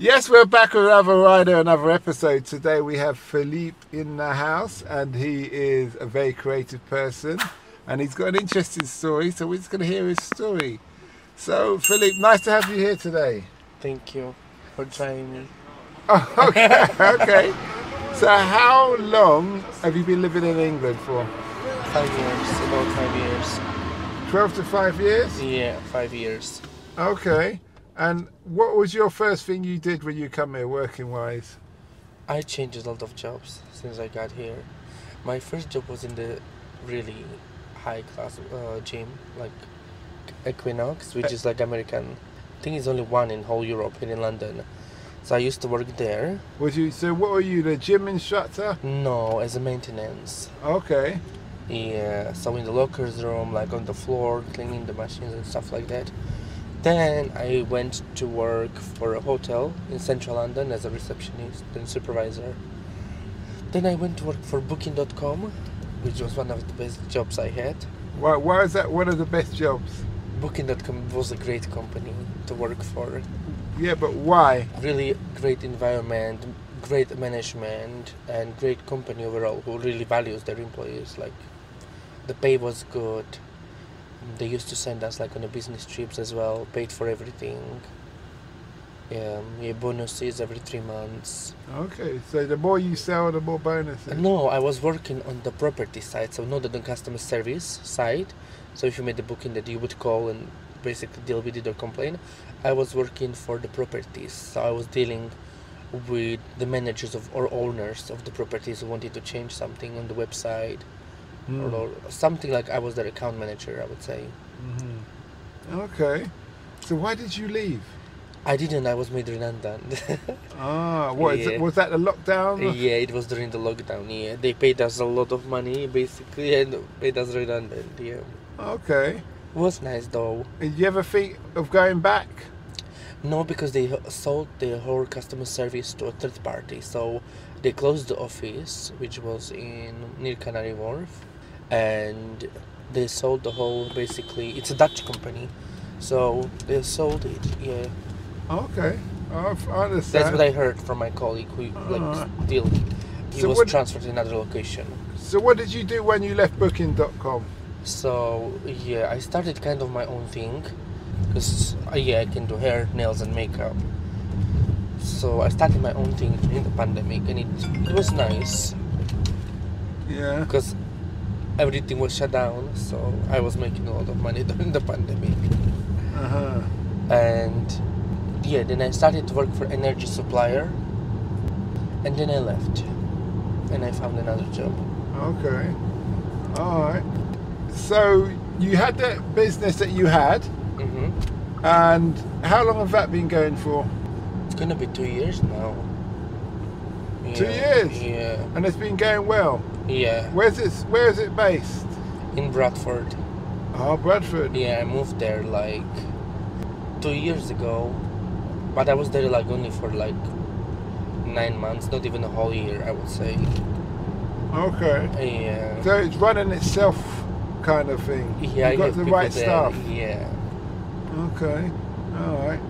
Yes, we're back with another rider, another episode. Today we have Philippe in the house, and he is a very creative person, and he's got an interesting story. So we're just going to hear his story. So Philippe, nice to have you here today. Thank you for trying me. Oh, okay, okay. So how long have you been living in England for? Five years, about five years. Twelve to five years. Yeah, five years. Okay. And what was your first thing you did when you come here, working wise? I changed a lot of jobs since I got here. My first job was in the really high class uh, gym, like Equinox, which is like American. I think it's only one in whole Europe here in London. So I used to work there. Was you so? What were you, the gym instructor? No, as a maintenance. Okay. Yeah, so in the lockers room, like on the floor, cleaning the machines and stuff like that. Then I went to work for a hotel in central London as a receptionist and supervisor. Then I went to work for Booking.com, which was one of the best jobs I had. Why, why is that one of the best jobs? Booking.com was a great company to work for. Yeah, but why? Really great environment, great management, and great company overall who really values their employees. Like, the pay was good. They used to send us like on the business trips as well, paid for everything. Um, yeah, bonuses every three months. Okay, so the more you sell, the more bonuses. No, I was working on the property side, so not on the customer service side. So if you made a booking that you would call and basically deal with it or complain, I was working for the properties. So I was dealing with the managers of or owners of the properties who wanted to change something on the website Mm. or, or something like I was their account manager. I would say Mhm. Okay, so why did you leave? I didn't. I was made redundant. Ah, what is it, Yeah. was that the lockdown? yeah, it was during the lockdown. Yeah, they paid us a lot of money basically and made us redundant. Yeah, Okay, was nice though. and you ever think of going back? No, because they h- sold their whole customer service to a third party. So they closed the office, which was in near Canary Wharf, and they sold the whole. Basically, it's a Dutch company, so they sold it. Yeah, Okay, I f- I understand. that's what I heard from my colleague who like Alright. still he Uh. So was what- transferred to another location. so what did you do when you left Booking.com? So yeah, I started kind of my own thing, because yeah, I can do hair, nails, and makeup. So I started my own thing during the pandemic, and it, it was nice Yeah. because everything was shut down. So I was making a lot of money during the pandemic, Uh-huh. and yeah, then I started to work for energy supplier, and then I left, and I found another job. Okay. All right. So you had that business that you had, Mm-hmm. hmm and how long have that been going for? It's gonna be two years now. Two Yeah, years? Yeah. And it's been going well. Yeah. Where's it? Where is it based? in Bradford. Oh, Bradford. Yeah, I moved there like two years ago, but I was there like only for like nine months, not even a whole year, I would say. Okay. Yeah. So it's running itself, kind of thing. yeah, e- I You've got have the people right there. staff. Yeah. Okay. All right.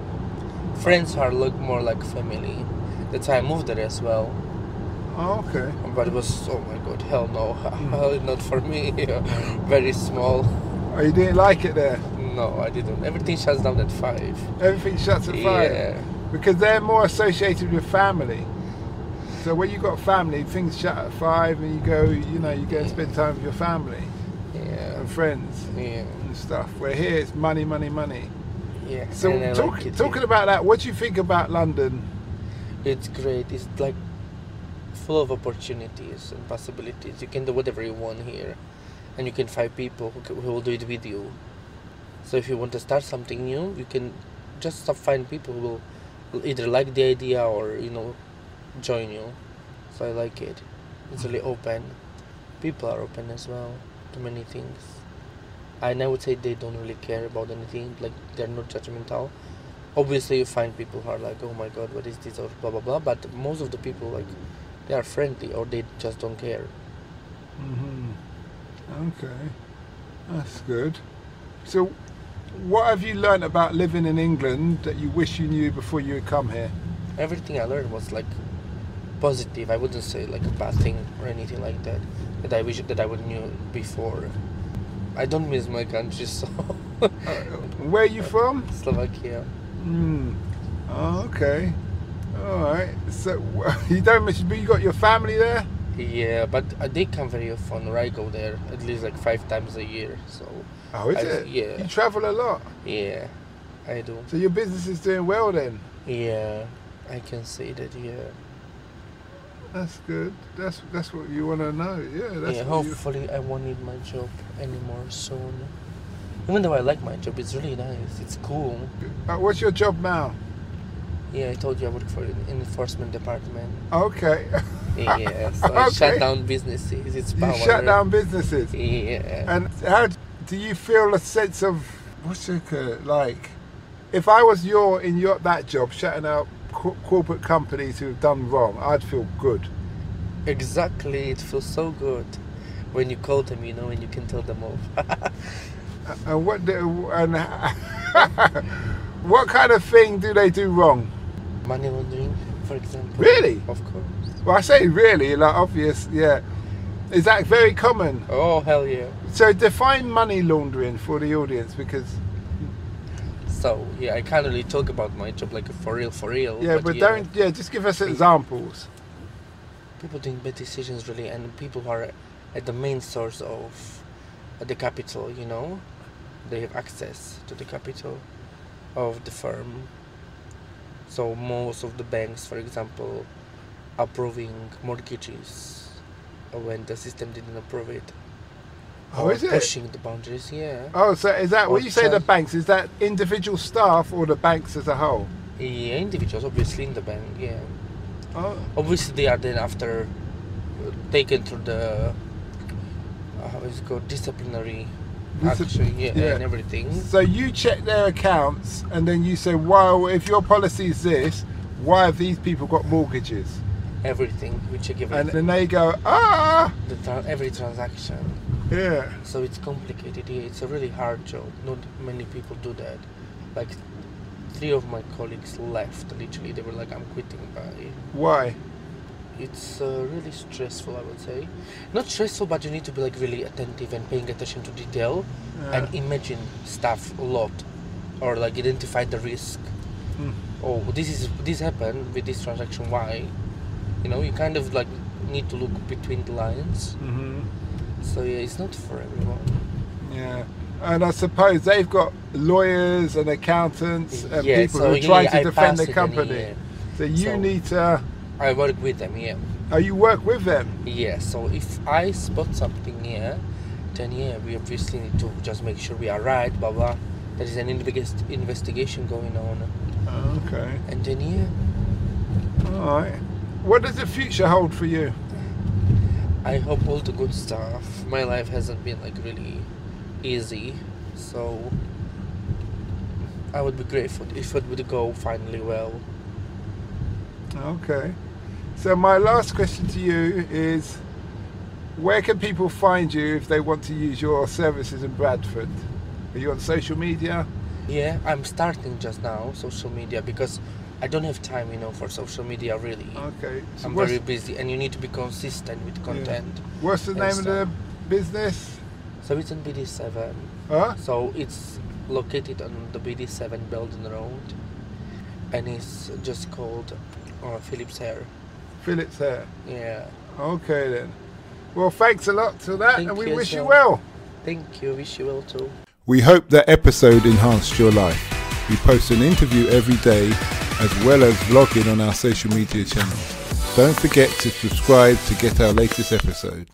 Friends are look more like family. That's why I moved there as well. Okay. But it was oh my god, hell no, Hmm. hell not for me. Very small. Oh, you didn't like it there. No, I didn't. Everything shuts down at five. Everything shuts at five Yeah. because they're more associated with family. So when you got family, things shut at five, and you go, you know, you go and spend time with your family Yeah. and friends Yeah. and stuff. Where here it's money, money, money. Yeah. So and I like talk, it here. talking about that, what do you think about London? It's great. It's like full of opportunities and possibilities. You can do whatever you want here, and you can find people who, can, who will do it with you. So if you want to start something new, you can just so- find people who will will either like the idea or you know join you. So I like it. It's really open. People are open as well to many things. And I would say they don't really care about anything. Like they're not judgmental obviously you find people who are like oh my god what is this or blah blah blah but most of the people like they are friendly or they just don't care hmm Okay, that's good. So, what have you learnt about living in England that you wish you knew before you had come here? everything I learned was like positive. I wouldn't say like a bad thing or anything like that that I wish that I would knew before. I don't miss my country so Where are you from? Slovakia. Hmm. Mm. Oh, okay. All right. So you don't miss, but you got your family there. Yeah, but uh, they come very often. Or I go there at least like five times a year. So Oh, is I- it? Uh, yeah. You travel a lot, yeah, I do. so your business is doing well then. Yeah, I can say that. Yeah, That's good. That's that's what you want to know. Yeah. That's yeah. what you, Hopefully, I won't need my job anymore soon. Even though I like my job, it's really nice. It's cool. uh, what's your job now? Yeah, I told you I work for an enforcement department. Okay. Yeah, so Ah, I shut Okay. down businesses. It's you power. shut down businesses. Yeah. And how d- do you feel a sense of what's it ca- like? If I was your in your that job, shutting out co- corporate companies who've done wrong, I'd feel good. Exactly. It feels so good when you call them, you know, and you can tell them off. A- And what do, and what kind of thing do they do wrong? Money laundering, for example. Really? Of course. Well, I say really, like obvious, yeah. Is that very common? Oh hell yeah. So define money laundering for the audience because So yeah, I can't really talk about my job like for real, for real. yeah, but don't yeah, just give us examples. Oh, people doing bad decisions really, and people who are at the main source of uh, the capital, you know, they have access to the capital of the firm. So most of the banks, for example, approving mortgages when the system didn't approve it. Oh, or is it? pushing the boundaries? Yeah. Oh, so is that Or when you say the just- banks? Is that individual staff or the banks as a whole? Yeah, individuals obviously in the bank. Yeah. Oh, obviously they are then after uh, taken through the uh, how is it called disciplinary Discipl- action yeah, yeah. and everything so you check their accounts and then you say, "Wow, if your policy is this, why have these people got mortgages?" everything we check And then everything they go, "Ah, the tra- every transaction yeah." so it's complicated yeah, it's a really hard job not many people do that like three of my colleagues left literally they were like i'm quitting bye Why? it's uh, really stressful i would say not stressful but you need to be like really attentive and paying attention to detail Uh, and imagine stuff a lot or like identify the risk Mm. oh this is this happened with this transaction why you know you kind of like need to look between the lines mhm. so yeah it's not for everyone Yeah. And I suppose they've got lawyers and accountants and yeah people so who are yeah, trying I to defend pass their it and, company. yeah, So you So- need to. i work with them yeah Oh, you work with them. yeah so if i spot something yeah then yeah we obviously need to just make sure we are right blah blah there is an invest- investigation going on Oh, okay. and then yeah All right. What does the future hold for you? I hope all the good stuff. My life hasn't been like really easy, so I would be grateful if it would go finally well. Okay. So my last question to you is, where can people find you if they want to use your services in Bradford? Are you on social media? Yeah, I'm starting just now social media because I don't have time, you know, for social media really. Okay. So I'm what's, very busy, and you need to be consistent with content. what's the name of the business? So it's on BD7. Huh? So it's located on the BD7 Belden Road, and it's just called uh, Philip's Hair. Phillips Hair. Yeah. Okay then. Well, thanks a lot to that, Thank and we you, wish you sir. well. Thank you. Wish you well too. We hope that episode enhanced your life. We post an interview every day as well as vlogging on our social media channels. Don't forget to subscribe to get our latest episode.